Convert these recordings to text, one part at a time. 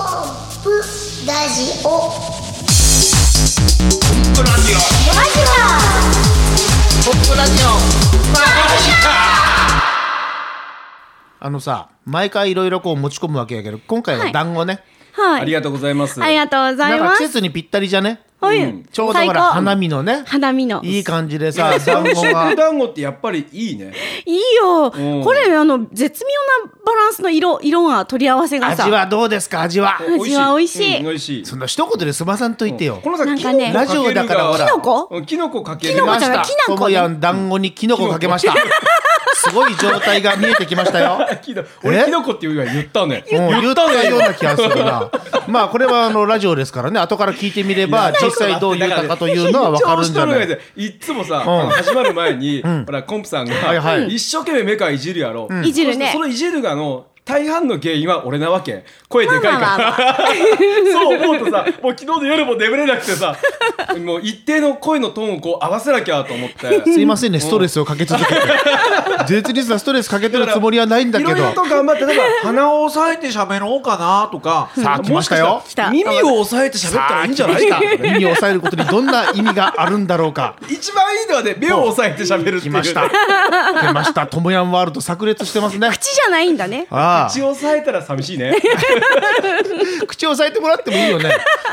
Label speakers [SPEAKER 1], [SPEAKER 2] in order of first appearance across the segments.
[SPEAKER 1] プラジオ
[SPEAKER 2] ポップラジオ
[SPEAKER 1] ラジ
[SPEAKER 2] ポップラジオあのさ毎回いろいろこう持ち込むわけやけど今回
[SPEAKER 3] は
[SPEAKER 2] はい団子ね、
[SPEAKER 3] はい。
[SPEAKER 4] ありがとうございます。
[SPEAKER 3] ありがとうござい
[SPEAKER 2] なん
[SPEAKER 3] ま
[SPEAKER 2] か季
[SPEAKER 3] す。
[SPEAKER 2] 節にぴったりじゃね
[SPEAKER 3] はい
[SPEAKER 4] うん
[SPEAKER 2] ちょうどほ
[SPEAKER 3] 最
[SPEAKER 2] ら
[SPEAKER 3] 高
[SPEAKER 2] 花見のね
[SPEAKER 3] 花見の。い
[SPEAKER 2] い
[SPEAKER 3] い
[SPEAKER 2] い感じでさ団子が
[SPEAKER 4] 食団子ってやっぱりいいね。
[SPEAKER 3] よ。
[SPEAKER 4] うん
[SPEAKER 3] これ、あの、絶妙なバランスの色、色が取り合わせがさ。
[SPEAKER 2] 味はどうですか味は
[SPEAKER 3] 味は美味しい
[SPEAKER 4] うん美味しい。
[SPEAKER 2] そんな一言で済まさんといてよ、
[SPEAKER 4] このさ
[SPEAKER 3] なん
[SPEAKER 4] キ
[SPEAKER 3] か
[SPEAKER 4] ノコ
[SPEAKER 3] ね
[SPEAKER 2] ラジオだからほら
[SPEAKER 3] キノコ
[SPEAKER 4] うんキノコかける
[SPEAKER 3] キノコ
[SPEAKER 2] ま
[SPEAKER 3] じゃ
[SPEAKER 2] し
[SPEAKER 3] ない
[SPEAKER 2] た
[SPEAKER 3] きなこね
[SPEAKER 2] ともやん団子にキノコかけましたすごい状態が見えてきましたよ
[SPEAKER 4] キノコ
[SPEAKER 2] え
[SPEAKER 4] 俺キノコっていうより言ったね。
[SPEAKER 2] もう言ったような気がするな。まあこれはあのラジオですからね、後から聞いてみれば実際どう言ったかというのはわかるんじ ゃない。
[SPEAKER 4] 緊張しとるわけでいっつもさ、
[SPEAKER 2] ん
[SPEAKER 4] 始まる前に、ほらコンプさんが、
[SPEAKER 2] はいはい
[SPEAKER 4] 一生懸命メカいじるやろ、
[SPEAKER 3] んいじるね
[SPEAKER 4] そのいじるがの大半の原因は俺なわけ声でかいから、
[SPEAKER 3] まあまあ
[SPEAKER 4] そう思うとさもう昨日の夜も眠れなくてさ もう一定の声のトーンをこう合わせなきゃと思 って
[SPEAKER 2] すいませんね、ストレスをかけ続けて。絶リスなストレスかけてるつもりはないんだけど
[SPEAKER 4] いろい。ろと頑張ってだから鼻を押さえて喋ろうかなとか
[SPEAKER 2] さあ来ましたよ
[SPEAKER 4] もしから耳を押さえて喋ったらいいんじゃないか
[SPEAKER 2] 意味を抑えることにどんな意味があるんだろうか。
[SPEAKER 4] 一番いいのはね目を押さえて喋るって
[SPEAKER 2] 来
[SPEAKER 4] いう
[SPEAKER 2] ま した。来ました。トムヤンワールド炸裂してますね。
[SPEAKER 3] 口じゃないん だね。
[SPEAKER 2] ああ
[SPEAKER 4] 口。を押さえたら寂しいね
[SPEAKER 2] 口を押さえてもらってもいいよね。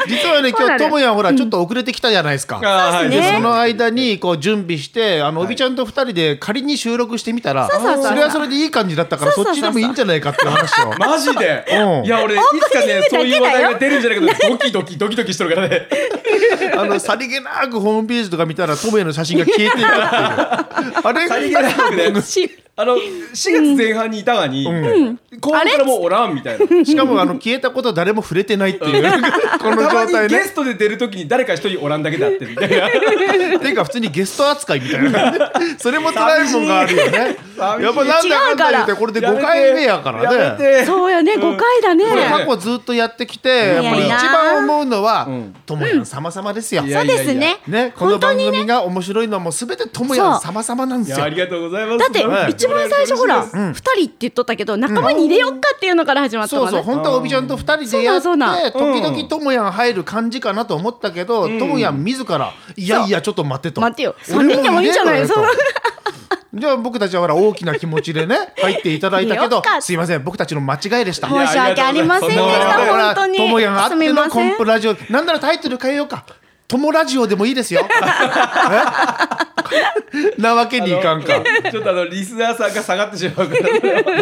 [SPEAKER 2] 実はね、
[SPEAKER 3] そう
[SPEAKER 2] 今
[SPEAKER 3] だ
[SPEAKER 2] 日
[SPEAKER 3] ね
[SPEAKER 2] トムヤンほらちょっと遅れてきたじゃないですか。
[SPEAKER 4] あー
[SPEAKER 3] そうっすね
[SPEAKER 2] でその間にこう準備してあのおびちゃんと2人で仮に収録してみたら
[SPEAKER 3] うそうそうそう
[SPEAKER 2] それはそれでいい感じだったから
[SPEAKER 3] そう
[SPEAKER 2] そ
[SPEAKER 3] そ
[SPEAKER 2] っ
[SPEAKER 3] うそ
[SPEAKER 2] ち
[SPEAKER 3] う
[SPEAKER 2] でも
[SPEAKER 3] そう
[SPEAKER 2] いいんじゃないかっていう話を。
[SPEAKER 4] マジで
[SPEAKER 2] うん
[SPEAKER 4] いや俺いつかねそういう話題が出るんじゃないかとドキドキドキドキしてるから ね
[SPEAKER 2] あのさりげなくホームページとか見たらトムヤの写真が消えていたっていうあれ
[SPEAKER 4] さりげなくね
[SPEAKER 3] し
[SPEAKER 4] あの4月前半にいたがに後半からもうおらんみたいな
[SPEAKER 2] しかもあの消えたこと誰も触れてないっていうこの
[SPEAKER 4] たま
[SPEAKER 2] 状態
[SPEAKER 4] にゲ
[SPEAKER 2] ね
[SPEAKER 4] ストで出るときに誰か一人おらんだけだってみたいな
[SPEAKER 2] ていうか普通にゲスト扱いみたいなそれも辛いもんがあるよね
[SPEAKER 4] 寂しい
[SPEAKER 2] やっぱなんだかんだ言ってこれで5回目やからね
[SPEAKER 4] やめて
[SPEAKER 3] そうやね、5回だね。
[SPEAKER 2] これ
[SPEAKER 4] ね
[SPEAKER 2] 過去ずっとやってきてやっぱり一番思うのは
[SPEAKER 4] ん
[SPEAKER 2] トモヤン様々ですよ。
[SPEAKER 4] い
[SPEAKER 3] そ
[SPEAKER 4] や
[SPEAKER 3] うですね。
[SPEAKER 2] ね、この
[SPEAKER 3] 本当
[SPEAKER 2] 番
[SPEAKER 3] に
[SPEAKER 2] 組
[SPEAKER 3] ね。
[SPEAKER 2] が面白いのはもうすべてともやん様々なんです
[SPEAKER 4] いや
[SPEAKER 2] よ。
[SPEAKER 4] ありがとうございます
[SPEAKER 3] だって
[SPEAKER 2] はい
[SPEAKER 3] 一番最初ほら2人って言っとったけど仲間に入れよっかっていうのから始まった
[SPEAKER 2] そう
[SPEAKER 3] わ
[SPEAKER 2] そう、
[SPEAKER 3] ね
[SPEAKER 2] 本当はおびちゃんと二人でやって、
[SPEAKER 3] そうなん
[SPEAKER 2] 時
[SPEAKER 4] そうなんう
[SPEAKER 2] 々
[SPEAKER 4] ん
[SPEAKER 2] ともやん入る感じかなと思ったけど、ともやん自ら、いやいや、ちょっと待てと。
[SPEAKER 3] 待てよ
[SPEAKER 2] 俺
[SPEAKER 3] 三人でもいいんじゃない
[SPEAKER 2] 入れろよ
[SPEAKER 3] そ
[SPEAKER 2] とじゃあ僕たちはほら大きな気持ちで ね、入っていただいたけ
[SPEAKER 3] いいよ
[SPEAKER 2] ど
[SPEAKER 3] かっ、た
[SPEAKER 2] すいません、僕たちの間違いでした。
[SPEAKER 4] や
[SPEAKER 3] 申し訳ありませんでし
[SPEAKER 2] もう
[SPEAKER 3] た
[SPEAKER 2] だから
[SPEAKER 3] 本当に
[SPEAKER 2] ともやんあって
[SPEAKER 3] すみ
[SPEAKER 2] の
[SPEAKER 3] ま
[SPEAKER 2] コ
[SPEAKER 3] せん
[SPEAKER 2] ンプラジオ、なんならタイトル変えよ うか。ともラジオでもいいですよ。え なわけにいかんか。
[SPEAKER 4] ちょっとあのリスナーさんが下がってしまうか ら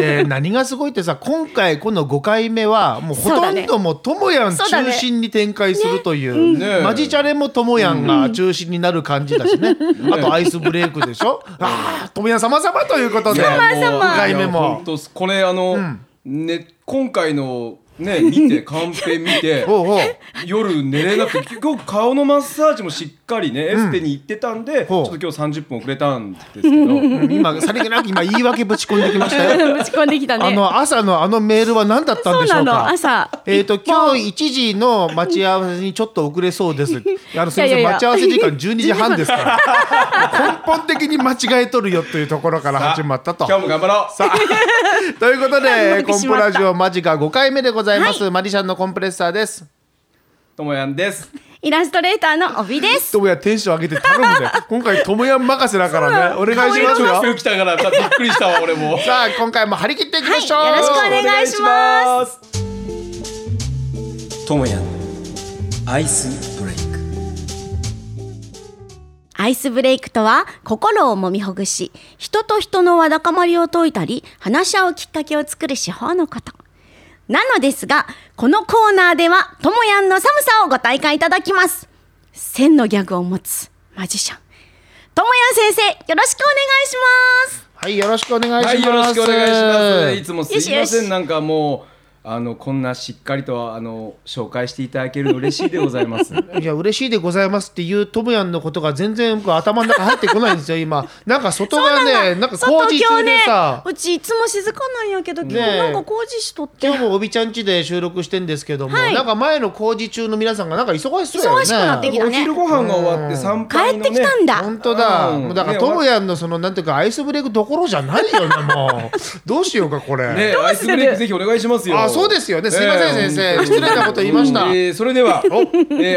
[SPEAKER 2] で何がすごいってさ今回この5回目はもうほ
[SPEAKER 3] そう
[SPEAKER 2] と
[SPEAKER 3] だ
[SPEAKER 2] ん
[SPEAKER 3] ね
[SPEAKER 2] どもうともやん
[SPEAKER 3] そうだね
[SPEAKER 2] 中心に展開するという、
[SPEAKER 4] ね
[SPEAKER 2] マジチャレもともやんが中心になる感じだしね、 あとアイスブレイクでしょ、ああともやん様々ということで
[SPEAKER 3] 様
[SPEAKER 2] 5回目
[SPEAKER 4] 本
[SPEAKER 2] も
[SPEAKER 4] 当これあの、ね今回のね見てカンペ見 て
[SPEAKER 2] おうおう
[SPEAKER 4] 夜寝れなくて結局顔のマッサージもしっかりね、エステに行ってたんでち
[SPEAKER 2] ほ
[SPEAKER 4] ょ
[SPEAKER 2] う
[SPEAKER 4] っと今日30分遅れたんです けど
[SPEAKER 2] 今さりげなく今言い訳ぶち込んできましたよ
[SPEAKER 3] ぶち込んできた
[SPEAKER 2] あ
[SPEAKER 3] ね
[SPEAKER 2] の朝のあのメールは何だったん
[SPEAKER 3] そ
[SPEAKER 2] で
[SPEAKER 3] う
[SPEAKER 2] しょ
[SPEAKER 3] な
[SPEAKER 2] う
[SPEAKER 3] の
[SPEAKER 2] か
[SPEAKER 3] 朝
[SPEAKER 2] えー、と今日1時の待ち合わせにちょっと遅れそうです。あのすみません
[SPEAKER 3] いやいや
[SPEAKER 2] 待ち合わせ時間12時半ですから根本的に間違えとるよというところから始まったと
[SPEAKER 4] 今。日も頑張ろうさ
[SPEAKER 2] ということで
[SPEAKER 3] 頑張って
[SPEAKER 2] コン
[SPEAKER 3] し
[SPEAKER 2] プ
[SPEAKER 3] まった
[SPEAKER 2] ラジオマジが5回目でございます、マジシャンのコンプレッサーです。
[SPEAKER 4] ともやんです
[SPEAKER 3] イラストレーターの帯です
[SPEAKER 2] ともやテンション上げて頼むね今回ともやん任せだからねお願いしますよ。
[SPEAKER 4] 今日来たからさびっくりしたわ俺 も
[SPEAKER 2] さあ今回も張り切っていきましょう。
[SPEAKER 3] はいよろしくお願いします
[SPEAKER 5] ともやんアイスブレイク
[SPEAKER 3] アイスブレイクとは心をもみほぐし人と人のわだかまりを解いたり話し合うきっかけを作る手法のことなのですがこのコーナーではともやんの寒さをご体感いただきます千のギャグを持つマジシャンともやん先生よろしくお願いします
[SPEAKER 2] はいよろしくお願いします。
[SPEAKER 4] はいよろしくお願いしますいつもすいません
[SPEAKER 3] よしよし
[SPEAKER 4] なんかもうあのこんなしっかりとあの紹介していただけるの嬉しいでございます
[SPEAKER 2] いや嬉しいでございますっていうトムヤンのことが全然僕頭の中入ってこないんですよ 今なんか外がねなんか工事中でさ
[SPEAKER 3] うちいつも静かなんやけど今日
[SPEAKER 2] ねえ
[SPEAKER 3] なんか工事しとって
[SPEAKER 2] 今日もおびちゃん家で収録してんですけども、
[SPEAKER 3] はい
[SPEAKER 2] なんか前の工事中の皆さんがなんか忙しそうやよね
[SPEAKER 3] 忙しくなってきた
[SPEAKER 4] お
[SPEAKER 3] ね
[SPEAKER 4] 昼ご飯が終わって参拝
[SPEAKER 3] 帰
[SPEAKER 4] の
[SPEAKER 3] っ
[SPEAKER 4] ね
[SPEAKER 3] てきたんだ
[SPEAKER 2] 本当だ、
[SPEAKER 4] うん
[SPEAKER 2] もうだから
[SPEAKER 4] ね
[SPEAKER 2] トムヤンのそのなんていうかアイスブレイクどころじゃないよねもうどうしようかこれ、
[SPEAKER 4] ねアイスブレイクぜひお願いしますよ
[SPEAKER 2] あそうですよねすいません
[SPEAKER 4] ええ
[SPEAKER 2] 先生
[SPEAKER 4] 本当
[SPEAKER 2] 失礼なこと言いました
[SPEAKER 4] うんえーそれでは、え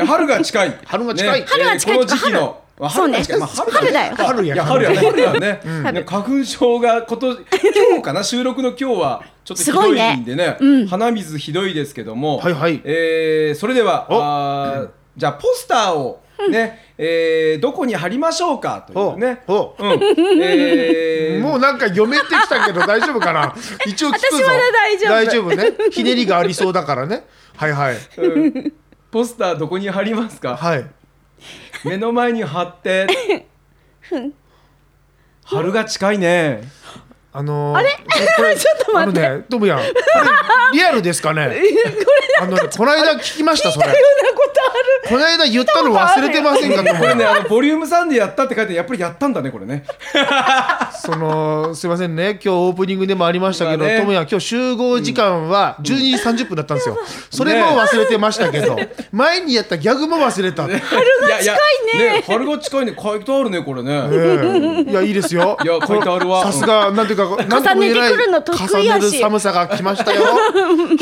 [SPEAKER 4] ー春が近い。
[SPEAKER 2] 春が近い
[SPEAKER 4] ね
[SPEAKER 2] 春
[SPEAKER 3] が近い
[SPEAKER 4] えーこの時 期の。
[SPEAKER 3] 春
[SPEAKER 4] あ春が近い
[SPEAKER 3] そうね
[SPEAKER 4] まあ
[SPEAKER 3] 春だよ
[SPEAKER 2] 春
[SPEAKER 4] い
[SPEAKER 2] や
[SPEAKER 4] や
[SPEAKER 2] から
[SPEAKER 4] 春や春やね
[SPEAKER 3] 春
[SPEAKER 4] ね花粉症が今年今日かな収録の今日はちょっとひ
[SPEAKER 3] すご
[SPEAKER 4] ど
[SPEAKER 3] い
[SPEAKER 4] い
[SPEAKER 3] ね
[SPEAKER 4] んでね
[SPEAKER 3] うん
[SPEAKER 4] 鼻水ひどいですけども
[SPEAKER 2] はいはい
[SPEAKER 4] えーそれでは
[SPEAKER 2] お
[SPEAKER 4] あーじゃあポスターをねえーどこに貼りましょうかというね
[SPEAKER 2] ほう
[SPEAKER 4] うんえー
[SPEAKER 2] もうなんか読めてきたけど大丈夫か な一応聞くぞ
[SPEAKER 3] 私まだ大丈夫
[SPEAKER 2] ねひねりがありそうだからねはいはい
[SPEAKER 4] うんポスターどこに貼りますか
[SPEAKER 2] はい
[SPEAKER 4] 目の前に貼って春が近いね
[SPEAKER 2] あのー、あれこれちょっと待ってあのねトムヤンこれリアルですかねこれあのねこの間聞きましたそれ
[SPEAKER 3] そんなことある
[SPEAKER 2] この間言ったの忘れてませんかと
[SPEAKER 4] こ
[SPEAKER 2] 思
[SPEAKER 4] れ
[SPEAKER 2] う
[SPEAKER 4] ねあのボリューム3でやったって書いてやっぱりやったんだねこれね
[SPEAKER 2] そのすいませんね今日オープニングでもありましたけど
[SPEAKER 4] まあね
[SPEAKER 2] トムヤン今日集合時間は12時30分だったんですよそれも忘れてましたけど前にやったギャグも忘れたって
[SPEAKER 4] 春が近いね春が近いね書いてあるねこれね、
[SPEAKER 2] ええいやいいですよ。
[SPEAKER 4] いや書いてあるわ
[SPEAKER 2] さすがなんていうかなんとも言えない
[SPEAKER 3] 重ねてくるの得意や
[SPEAKER 2] 重ね
[SPEAKER 3] し
[SPEAKER 2] る寒さが来ましたよ。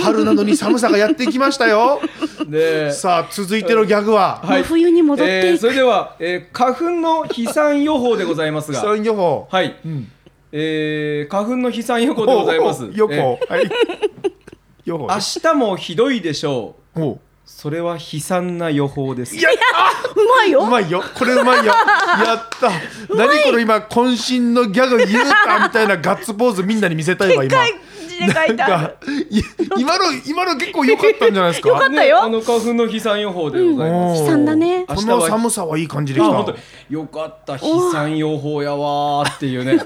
[SPEAKER 2] 春なのに寒さがやってきましたよ。
[SPEAKER 4] で
[SPEAKER 2] さあ続いてのギャグは
[SPEAKER 4] はい
[SPEAKER 3] 真冬に戻っていく
[SPEAKER 4] えーそれでは、えー花粉の飛散予報でございます
[SPEAKER 2] 気
[SPEAKER 4] が
[SPEAKER 2] 象予報。
[SPEAKER 4] はい、えー花粉の飛散予報でございます
[SPEAKER 2] おお予報
[SPEAKER 4] えー
[SPEAKER 2] はい。予報。
[SPEAKER 4] 明日もひどいでしょう
[SPEAKER 2] おう
[SPEAKER 4] それは悲惨な予報です
[SPEAKER 2] いや
[SPEAKER 3] うまいうよ
[SPEAKER 2] まいよこれうまいよやった何この今渾身のギャグ言うたみたいなガッツポーズみんなに見せたいわ今
[SPEAKER 3] 回字で書
[SPEAKER 2] ないん
[SPEAKER 3] てある
[SPEAKER 2] かい今の今の結構良かったんじゃないですか
[SPEAKER 3] よかったよ
[SPEAKER 4] ねあの花粉の飛散予報でございます、
[SPEAKER 2] おう
[SPEAKER 3] 悲惨だね
[SPEAKER 2] この寒さはいい感じで
[SPEAKER 4] あ
[SPEAKER 2] し
[SPEAKER 4] 本当
[SPEAKER 2] た
[SPEAKER 4] によかった悲惨予報やわーっていうね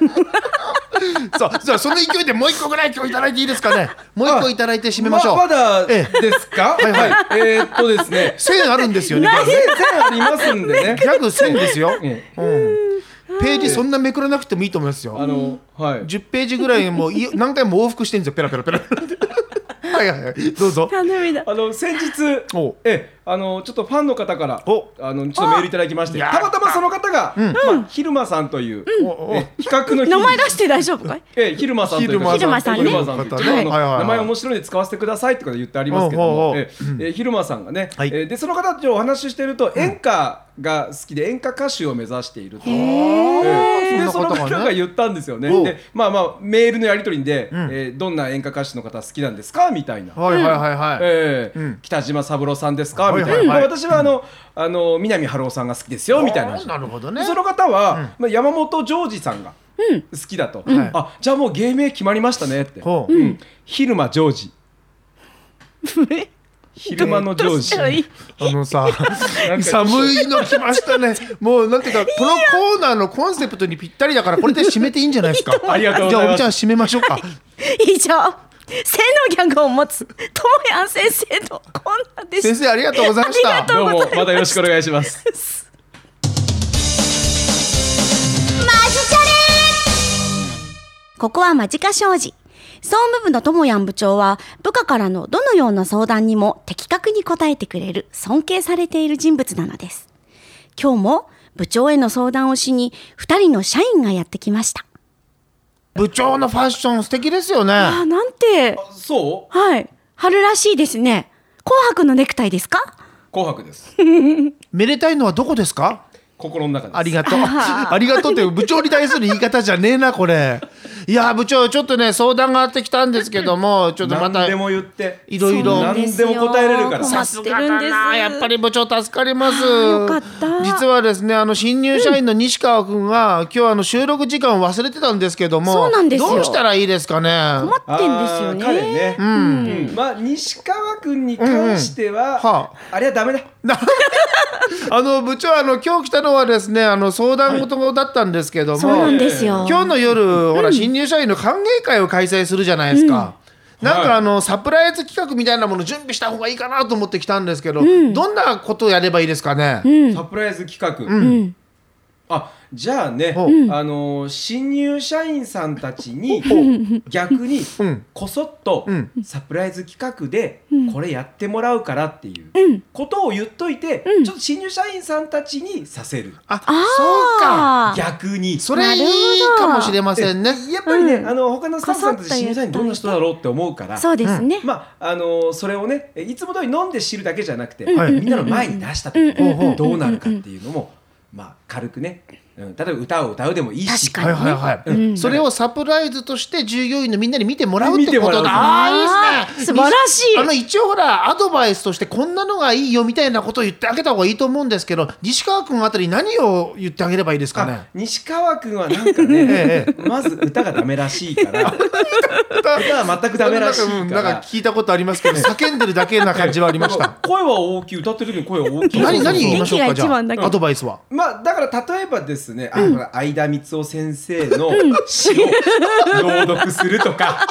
[SPEAKER 2] さあ、じゃあその勢いでもう一個ぐらい今日いただいていいですかね。もう一個いただいて締めましょう。
[SPEAKER 4] まだ
[SPEAKER 2] え
[SPEAKER 4] ですかはい
[SPEAKER 2] はい
[SPEAKER 4] えーっとですね
[SPEAKER 2] 千あるんですよね。
[SPEAKER 4] 全然ありますんでね
[SPEAKER 2] ギャグ千 ですよ。うん。
[SPEAKER 4] ええ
[SPEAKER 2] ページそんなめくらなくてもいいと思います
[SPEAKER 4] あ
[SPEAKER 2] よ。
[SPEAKER 4] のはい
[SPEAKER 2] 十ページぐらいもうい何回も往復してるんですよ。ペラペラペラ。はいはいはい。どうぞ。
[SPEAKER 3] 頼みだ
[SPEAKER 4] あの先日
[SPEAKER 2] お
[SPEAKER 4] ええあのちょっとファンの方から
[SPEAKER 2] お
[SPEAKER 4] あのちょっとメールいただきまして
[SPEAKER 2] やった
[SPEAKER 4] またまその方が、まあ、昼間さんという、
[SPEAKER 2] おお
[SPEAKER 4] ええ比較の日
[SPEAKER 3] 名前出して大丈夫かい
[SPEAKER 4] ええ、昼間さんという方
[SPEAKER 2] 昼
[SPEAKER 3] 間さんね
[SPEAKER 4] 昼間さんというちょっとあの
[SPEAKER 2] はいはいはい
[SPEAKER 4] 名前面白いんで使わせてくださいってこと言ってありますけど
[SPEAKER 2] おうおうお
[SPEAKER 4] も
[SPEAKER 2] う
[SPEAKER 4] ええええ昼間さんがね、
[SPEAKER 2] はい
[SPEAKER 4] ええでその方とお話ししてると演歌が好きで演歌歌手を目指していると。ええで
[SPEAKER 2] そ
[SPEAKER 4] そ
[SPEAKER 2] んな
[SPEAKER 4] の
[SPEAKER 2] ことがね
[SPEAKER 4] 方が言ったんですよね。
[SPEAKER 2] おう
[SPEAKER 4] でまあまあメールのやり取りで、
[SPEAKER 2] ん
[SPEAKER 4] ええどんな演歌歌手の方好きなんですかみたいな。
[SPEAKER 2] はいはいはいはい。
[SPEAKER 4] ええ
[SPEAKER 2] うん
[SPEAKER 4] 北島三郎さんですかみたいな、
[SPEAKER 2] はいはいはい
[SPEAKER 4] まあ私はあの、あの南春夫さんが好きですよみたいな話
[SPEAKER 2] なるほどね
[SPEAKER 4] でその方は、まあ、山本譲二さんが好きだと、
[SPEAKER 2] ん
[SPEAKER 4] あじゃあもう芸名決まりましたねって、
[SPEAKER 2] ほう。
[SPEAKER 4] うん、昼間譲二昼間の
[SPEAKER 3] ど
[SPEAKER 4] 譲
[SPEAKER 3] うしたらい
[SPEAKER 4] 二
[SPEAKER 3] い
[SPEAKER 2] あのさ、
[SPEAKER 4] なんか
[SPEAKER 2] 寒いの来ましたね。もうなんていうか、このコーナーのコンセプトにぴったりだから、これで締めていいんじゃないですか。
[SPEAKER 4] ありがとうご
[SPEAKER 2] じゃ
[SPEAKER 4] ざ
[SPEAKER 2] あ、お
[SPEAKER 4] いま
[SPEAKER 2] み
[SPEAKER 4] す
[SPEAKER 2] ちゃん締めましょ うか。
[SPEAKER 3] 以上性のギャグを持つともやん先生のこんなんで
[SPEAKER 2] 先
[SPEAKER 3] す
[SPEAKER 2] 生ありがとうございまし
[SPEAKER 3] あ
[SPEAKER 2] た
[SPEAKER 3] りがと。
[SPEAKER 4] どうもまたよろしくお願いします
[SPEAKER 1] マジチャレ
[SPEAKER 3] ここは間近商事総務部のともやん部長は部下からのどのような相談にも的確に答えてくれる尊敬されている人物なのです今日も部長への相談をしに2人の社員がやってきました
[SPEAKER 2] 部長のファッション素敵ですよ
[SPEAKER 3] あ
[SPEAKER 2] ね。
[SPEAKER 3] なんて
[SPEAKER 4] そ
[SPEAKER 3] はい春らしいですね紅白のネクタイですか
[SPEAKER 4] う紅白です
[SPEAKER 2] めでたいのはどこですか。
[SPEAKER 4] 心の中です
[SPEAKER 2] ありが とう。ありがとうって部長に対する言い方じゃねえな、これ。いや、部長、ちょっとね、相談があってきたんですけども、ちょっとまた
[SPEAKER 4] 何で。も言って
[SPEAKER 2] いろい
[SPEAKER 4] そうなん
[SPEAKER 2] ろ。
[SPEAKER 4] 何でも答えれるから
[SPEAKER 3] 困ってるんです
[SPEAKER 2] やっぱり部長助かります。
[SPEAKER 3] よかった
[SPEAKER 2] 実はですね、あの新入社員の西川君が、今日あの収録時間を忘れてたんですけども。
[SPEAKER 3] そうなんですよ
[SPEAKER 2] どうしたらいいですかね。
[SPEAKER 3] 困ってんですよね
[SPEAKER 4] あー彼ね、うんまあ西川君に関しては、
[SPEAKER 2] うんうんは
[SPEAKER 4] あれはダメだ
[SPEAKER 2] あの部長あの今日来たのはですねあの相談事だったんですけども、
[SPEAKER 3] そうなんですよ
[SPEAKER 2] 今日の夜、ほら新入社員の歓迎会を開催するじゃないですか。なん
[SPEAKER 4] は
[SPEAKER 2] か
[SPEAKER 4] い
[SPEAKER 2] あのサプライズ企画みたいなもの準備した方がいいかなと思ってきたんですけど、どんなことをやればいいですかね、
[SPEAKER 4] サプライズ企画、あじゃあね、
[SPEAKER 2] ほう
[SPEAKER 4] あのー新入社員さんたちに
[SPEAKER 2] ほう
[SPEAKER 4] 逆に
[SPEAKER 2] うん
[SPEAKER 4] こそっと
[SPEAKER 2] うん
[SPEAKER 4] サプライズ企画でこれやってもらうからっていう
[SPEAKER 3] うん
[SPEAKER 4] ことを言っといて、
[SPEAKER 3] うん
[SPEAKER 4] ちょっと新入社員さんたちにさせる
[SPEAKER 2] あ
[SPEAKER 3] あ
[SPEAKER 2] そうか
[SPEAKER 3] あー
[SPEAKER 4] 逆に
[SPEAKER 2] それいいかもしれませんね
[SPEAKER 4] やっぱりね、
[SPEAKER 3] うん
[SPEAKER 4] あの他のスタッフさんたち
[SPEAKER 3] こそっと言
[SPEAKER 4] 新
[SPEAKER 3] っといて
[SPEAKER 4] 入社員どんな人だろうって思うから
[SPEAKER 3] そうですね。
[SPEAKER 4] まああのーそれをねいつも通り飲んで知るだけじゃなくて、
[SPEAKER 2] はい
[SPEAKER 4] みんなの前に出した
[SPEAKER 3] うん
[SPEAKER 4] 時
[SPEAKER 3] うんうんうん
[SPEAKER 4] どうなるかっていうのも、まあ、軽くね、うん、例えば歌を歌うでもいいし
[SPEAKER 3] 確
[SPEAKER 2] は
[SPEAKER 3] か
[SPEAKER 2] い
[SPEAKER 3] に
[SPEAKER 2] はいはい、
[SPEAKER 3] うん
[SPEAKER 2] それをサプライズとして従業員のみんなに見てもらうってこと
[SPEAKER 4] 見てもらう
[SPEAKER 2] だああーいい
[SPEAKER 3] ー
[SPEAKER 2] です
[SPEAKER 3] 素
[SPEAKER 2] ね
[SPEAKER 3] 晴らしい
[SPEAKER 2] あの一応ほらアドバイスとしてこんなのがいいよみたいなことを言ってあげた方がいいと思うんですけど西川君あたり何を言ってあげればいいですか ね
[SPEAKER 4] あ西川君はなんか
[SPEAKER 2] え
[SPEAKER 4] ねまず歌がダメらしいから歌は全くダメらしいか
[SPEAKER 2] なん かう
[SPEAKER 4] ら
[SPEAKER 2] んなんか聞いたことありますけど、ね、叫んでるだけな感じはありまし
[SPEAKER 4] な
[SPEAKER 2] た
[SPEAKER 4] ん か声は大きい歌ってる時に声は大きい
[SPEAKER 2] 何何言いま
[SPEAKER 3] ま
[SPEAKER 2] しょうかじゃあアドバイスは
[SPEAKER 4] まあだから例えばですね、あほら相田光雄先生の詩を朗読するとか、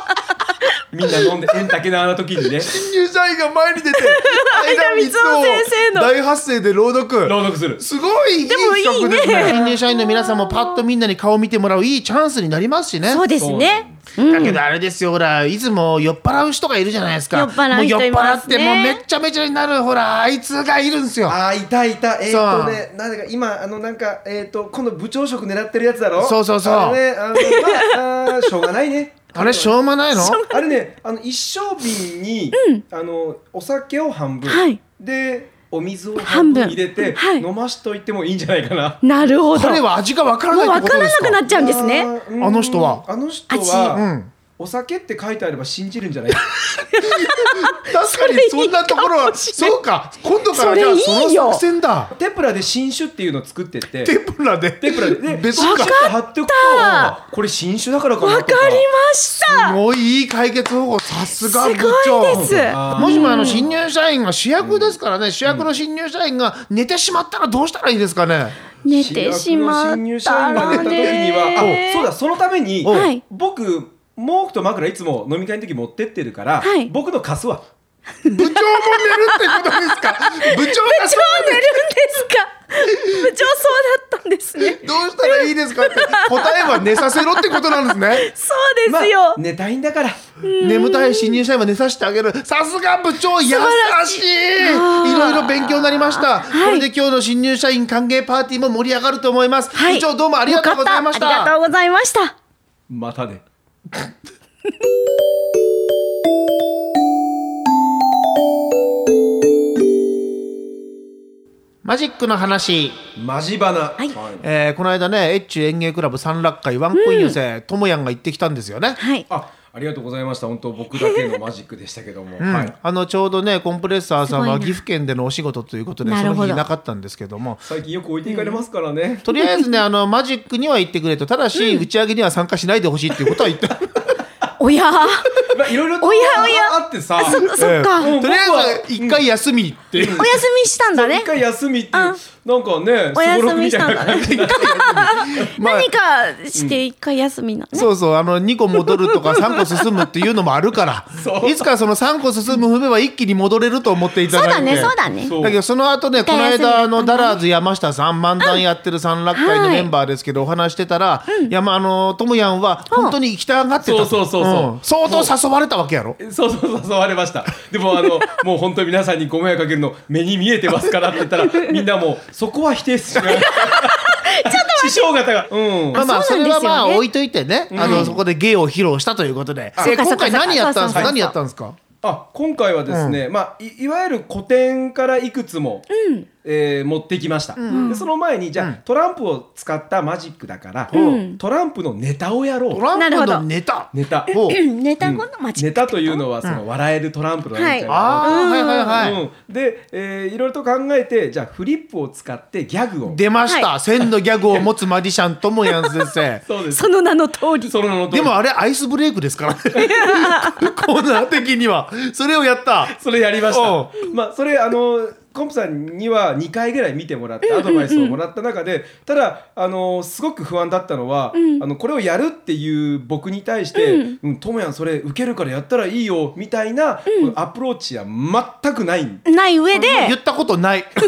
[SPEAKER 4] みんな飲んで円竹のあの時にね
[SPEAKER 2] 新入社員が前に出て
[SPEAKER 3] 相田光雄先生の
[SPEAKER 2] 大発声で朗読
[SPEAKER 4] 朗読する。
[SPEAKER 2] すごいいい曲ですね新入社員の皆さんもパッとみんなに顔見てもらういいチャンスになりますしね
[SPEAKER 3] そうですね。
[SPEAKER 2] だけどあれですよほらいつも酔っ払う人がいるじゃないですか
[SPEAKER 3] 酔っ払う人
[SPEAKER 2] もう酔
[SPEAKER 3] い
[SPEAKER 2] っ払
[SPEAKER 3] ま
[SPEAKER 2] っ
[SPEAKER 3] す
[SPEAKER 2] て
[SPEAKER 3] ね
[SPEAKER 2] もうめっちゃめちゃになるほらあいつがいるんですよ
[SPEAKER 4] ああいたいたえっ、
[SPEAKER 2] そう
[SPEAKER 4] ー、とねなんだか今あのなんかえっ、ー、と今度部長職狙ってるやつだろ
[SPEAKER 2] そうそうそう
[SPEAKER 4] あれねあの、まあ、あーしょうがないね
[SPEAKER 2] あれしょうもないの
[SPEAKER 4] あれねあの一升瓶に、あのお酒を半分、
[SPEAKER 3] はい
[SPEAKER 4] でお水を半分
[SPEAKER 3] 半分
[SPEAKER 4] 入れて、
[SPEAKER 3] はい
[SPEAKER 4] 飲ましといてもいいんじゃないかな
[SPEAKER 3] なるほど。
[SPEAKER 2] 彼
[SPEAKER 3] も
[SPEAKER 2] は味がわから
[SPEAKER 3] う
[SPEAKER 2] ないっ
[SPEAKER 3] わ
[SPEAKER 2] てこ
[SPEAKER 3] か
[SPEAKER 2] と
[SPEAKER 3] ら
[SPEAKER 2] で
[SPEAKER 3] な
[SPEAKER 2] す
[SPEAKER 3] くな
[SPEAKER 2] か
[SPEAKER 3] っちゃうんです
[SPEAKER 4] あ
[SPEAKER 3] ね。
[SPEAKER 4] ーうん
[SPEAKER 2] あの人は
[SPEAKER 4] あの人
[SPEAKER 2] う
[SPEAKER 4] は
[SPEAKER 2] ん
[SPEAKER 4] お酒って書いてあれば信じるんじゃない
[SPEAKER 2] 確かにそんなところはそうか今度からじゃあそ
[SPEAKER 3] それ
[SPEAKER 2] の
[SPEAKER 3] いいよ
[SPEAKER 2] 作戦だ
[SPEAKER 4] テプラで新酒っていうのを作ってって
[SPEAKER 2] テプラで
[SPEAKER 4] テプラでで
[SPEAKER 2] 別
[SPEAKER 4] パ
[SPEAKER 2] か
[SPEAKER 4] カッて貼っておくとあこれ新酒だからかな
[SPEAKER 3] わか
[SPEAKER 4] とか
[SPEAKER 3] りました。
[SPEAKER 2] すごいいい解決方法さすが
[SPEAKER 3] す
[SPEAKER 2] 部
[SPEAKER 3] ご
[SPEAKER 2] 長
[SPEAKER 3] いです。
[SPEAKER 4] あー
[SPEAKER 2] もしもあの新入社員が主役ですからね、主役の新入社員が寝てしまったらどうしたらいいですか ね。
[SPEAKER 3] 寝てしまっ
[SPEAKER 4] 新入社
[SPEAKER 3] た
[SPEAKER 4] 員が
[SPEAKER 3] ら
[SPEAKER 4] 寝た時には
[SPEAKER 3] ね。
[SPEAKER 4] あそうだそのために
[SPEAKER 2] お
[SPEAKER 3] はい
[SPEAKER 4] 僕毛布と枕いつも飲み会の時持ってってるから、
[SPEAKER 3] はい
[SPEAKER 4] 僕の貸すわ
[SPEAKER 2] 部長も寝るってことですか。部長 が
[SPEAKER 3] 部長寝るんですか。部長そうだったんですね。
[SPEAKER 2] どうしたらいいですかって答えは寝させろってことなんですね。
[SPEAKER 3] そうです
[SPEAKER 4] あ
[SPEAKER 3] よ。
[SPEAKER 4] 寝たいんだから
[SPEAKER 2] 眠たい新入社員は寝させてあげる。さすが部長優しい。いろいろ勉強になりました。
[SPEAKER 3] はい
[SPEAKER 2] これで今日の新入社員歓迎パーティーも盛り上がると思います。
[SPEAKER 3] はい
[SPEAKER 2] 部長どうもありがとうございまし
[SPEAKER 3] よかったありが
[SPEAKER 2] た。
[SPEAKER 3] とうございました。
[SPEAKER 4] またね
[SPEAKER 2] マジックの話。
[SPEAKER 4] マジバナ、
[SPEAKER 3] い
[SPEAKER 2] えー、この間ね、エッチ園芸クラブ三楽会ワンコイン寄せ、ともやんが行ってきたんですよね。
[SPEAKER 3] はい。
[SPEAKER 4] あありがとうございました本当僕だけのマジックでしたけど も、
[SPEAKER 2] うん
[SPEAKER 4] はい
[SPEAKER 2] あのちょうどねコンプレッサーさん
[SPEAKER 3] すごい
[SPEAKER 2] は
[SPEAKER 3] な
[SPEAKER 2] 岐阜県でのお仕事ということで
[SPEAKER 3] な
[SPEAKER 2] そ
[SPEAKER 3] る
[SPEAKER 2] の
[SPEAKER 3] ほど
[SPEAKER 2] 日いなかったんですけども
[SPEAKER 4] 最近よく置いていかれますからね、
[SPEAKER 2] とりあえず ねあのマジックには行ってくれとただし、打ち上げには参加しないでほしいっていうことは言った
[SPEAKER 3] おやー。
[SPEAKER 4] まあ、いろいろと
[SPEAKER 3] おやおや
[SPEAKER 4] あってさ
[SPEAKER 3] そ そっか。
[SPEAKER 4] うん
[SPEAKER 2] とりあえず一回休みっていう、
[SPEAKER 3] お休みしたんだね
[SPEAKER 4] 一。回休みっていうなん
[SPEAKER 3] あ
[SPEAKER 4] かね
[SPEAKER 3] お
[SPEAKER 4] すご
[SPEAKER 3] 休
[SPEAKER 4] ろく
[SPEAKER 3] み
[SPEAKER 4] み
[SPEAKER 3] したたん
[SPEAKER 4] いな
[SPEAKER 3] だね
[SPEAKER 4] 感。じで
[SPEAKER 2] まあ
[SPEAKER 3] 何かして一回休みなのね。
[SPEAKER 2] そうそうあの2個戻る とか3個進むっていうのもあるから
[SPEAKER 4] そう
[SPEAKER 2] いつかその3個進む踏めば一気に戻れると思っていた
[SPEAKER 3] そう
[SPEAKER 2] だ
[SPEAKER 3] だ
[SPEAKER 2] い
[SPEAKER 3] ね、
[SPEAKER 2] て
[SPEAKER 3] そうだね。
[SPEAKER 4] そう
[SPEAKER 2] だけどその後ねこの
[SPEAKER 3] 休みだ
[SPEAKER 2] 間
[SPEAKER 3] った
[SPEAKER 2] あのダラーズ山下さん漫談やってる三楽会のメンバーですけどお話してたら山あのトムヤンは本当に行きたがってたと
[SPEAKER 4] そうそうそうそうん
[SPEAKER 2] 相当誘われたわけやろ
[SPEAKER 4] そうそうそう誘われましたでもあのもう本当に皆さんにご迷惑かけるの目に見えてますからって言ったらみんなもうそこは否定しないちょっと師匠方がうん
[SPEAKER 2] まあまあ
[SPEAKER 3] そ
[SPEAKER 2] そう
[SPEAKER 3] なん
[SPEAKER 2] れ
[SPEAKER 3] ですよ
[SPEAKER 2] は
[SPEAKER 3] ね
[SPEAKER 2] まあ置いといてねあのそこで芸を披露したということで
[SPEAKER 3] そう
[SPEAKER 2] え
[SPEAKER 3] か
[SPEAKER 2] 今回
[SPEAKER 3] そうか
[SPEAKER 2] 何やったんです
[SPEAKER 3] そ
[SPEAKER 2] か
[SPEAKER 3] うそうそうそう
[SPEAKER 2] 何やったんですか
[SPEAKER 4] あ今回はですね、まあ、いいわゆる古典からいくつも、えー持ってきました、でその前にじゃあ、トランプを使ったマジックだから、トランプのネタをやろ
[SPEAKER 2] ト
[SPEAKER 4] う
[SPEAKER 2] ラン
[SPEAKER 3] なる
[SPEAKER 2] プ
[SPEAKER 3] ほ
[SPEAKER 2] の
[SPEAKER 3] ど
[SPEAKER 2] ネタ
[SPEAKER 4] ネタ
[SPEAKER 2] おう
[SPEAKER 3] うんネタ後の間違
[SPEAKER 4] ネタというのはその笑えるトランプのネタ
[SPEAKER 3] はい
[SPEAKER 2] ああはいはいはい、
[SPEAKER 4] うん、で、えーいろいろと考えてじゃあフリップを使ってギャグを
[SPEAKER 2] 出ました、千のギャグを持つマジシャンともやん先生
[SPEAKER 4] そうです
[SPEAKER 3] その名の通り。
[SPEAKER 4] その名の通
[SPEAKER 2] で
[SPEAKER 4] り
[SPEAKER 2] もあれアイスブレイクですからねコーナー的にはそれをやった
[SPEAKER 4] それやりまし
[SPEAKER 2] お
[SPEAKER 4] た。まあそれあのコンプさんには2回ぐらい見てもらってアドバイスをもらった中でただあのすごく不安だったのは、あのこれをやるっていう僕に対して「うんともやんそれ受けるからやったらいいよ」みたいな、このアプローチは全くないん
[SPEAKER 3] ない上で、
[SPEAKER 2] 言ったことない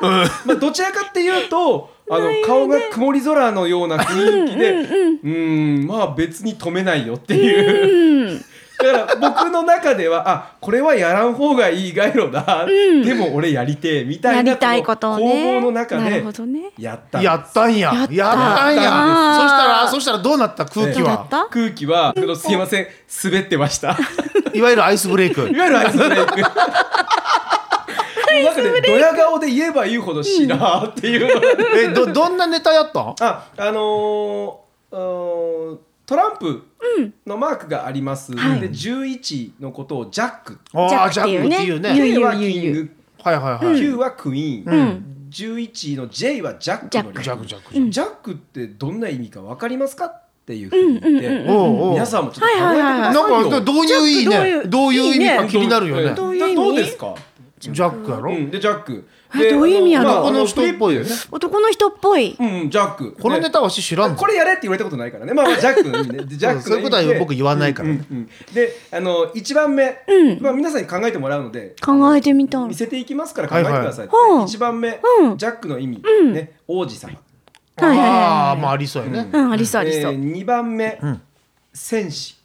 [SPEAKER 4] まあ、どちらかっていうとあの顔が曇り空のような雰囲気でうーんまあ別に止めないよっていう だから僕の中ではあこれはやらん方がいい街路だ、でも俺やりてえみた
[SPEAKER 3] や
[SPEAKER 4] いな
[SPEAKER 3] りたいことをね。
[SPEAKER 4] 攻防の中
[SPEAKER 3] な
[SPEAKER 4] で
[SPEAKER 3] るほどね。
[SPEAKER 4] やったんです
[SPEAKER 2] やったんや
[SPEAKER 3] や
[SPEAKER 2] や
[SPEAKER 3] っ
[SPEAKER 2] ったたんやそしたらそしたらどうなった空気
[SPEAKER 3] どうだっ
[SPEAKER 2] は
[SPEAKER 3] た？
[SPEAKER 4] 空気はあのすいません滑ってました
[SPEAKER 2] いわゆるアイスブレイク
[SPEAKER 4] いわゆるアイスブレイクなんかねドヤ顔で言えば言うほどしなっていうのがね
[SPEAKER 2] えどどんなネタやったん
[SPEAKER 4] ああのーあのートランプのマークがあります、
[SPEAKER 3] はい
[SPEAKER 4] で11のことをジャック
[SPEAKER 2] ああ
[SPEAKER 3] ジ
[SPEAKER 2] ジ
[SPEAKER 3] ャ
[SPEAKER 2] ャ
[SPEAKER 3] ッ
[SPEAKER 2] ッ
[SPEAKER 3] ク
[SPEAKER 2] クっていう
[SPEAKER 3] っていうね
[SPEAKER 2] ね
[SPEAKER 4] 9はキング
[SPEAKER 2] はいはいはい、
[SPEAKER 4] 9はクイーン、11の J はジャックの略
[SPEAKER 2] ジャックジャック
[SPEAKER 4] ジャックジャックってどんな意味か分かりますかっていうふうに言って、
[SPEAKER 2] おうおう
[SPEAKER 4] 皆さんもちょっと考えてくださ
[SPEAKER 3] は
[SPEAKER 4] いよ、
[SPEAKER 3] いはいはい
[SPEAKER 2] なんかどういう意味ね
[SPEAKER 3] ど
[SPEAKER 2] ど
[SPEAKER 3] う
[SPEAKER 2] う
[SPEAKER 3] い
[SPEAKER 2] いうう意味
[SPEAKER 3] いい
[SPEAKER 2] か
[SPEAKER 3] ね
[SPEAKER 2] 気になるよね
[SPEAKER 3] どういう意味
[SPEAKER 4] だどうですか
[SPEAKER 2] ジャックやろ、
[SPEAKER 4] うん、でジャック
[SPEAKER 3] えどういう意味やろ
[SPEAKER 2] 男の人っぽいよね
[SPEAKER 3] 男の人っぽい。
[SPEAKER 4] うんジャック
[SPEAKER 2] このネタはし知らん
[SPEAKER 4] こ
[SPEAKER 2] ぞ
[SPEAKER 4] れやれって言われたことないからねまあまあジャックの意味ねでジャック
[SPEAKER 2] そ
[SPEAKER 4] の意味で
[SPEAKER 2] ういうことは僕言わないからね
[SPEAKER 4] うんうんであの1番目、まあ、皆さんに考えてもらうので
[SPEAKER 3] 考えてみたい
[SPEAKER 4] 見。せていきますから考えてください、
[SPEAKER 3] はいはい
[SPEAKER 4] 1番目、
[SPEAKER 3] うん
[SPEAKER 4] ジャックの意味、ね、王子様、
[SPEAKER 3] はいはい
[SPEAKER 2] ああ
[SPEAKER 3] はい
[SPEAKER 2] まあありそうやね、
[SPEAKER 3] うんありそうありそう。
[SPEAKER 4] 2番目、戦士、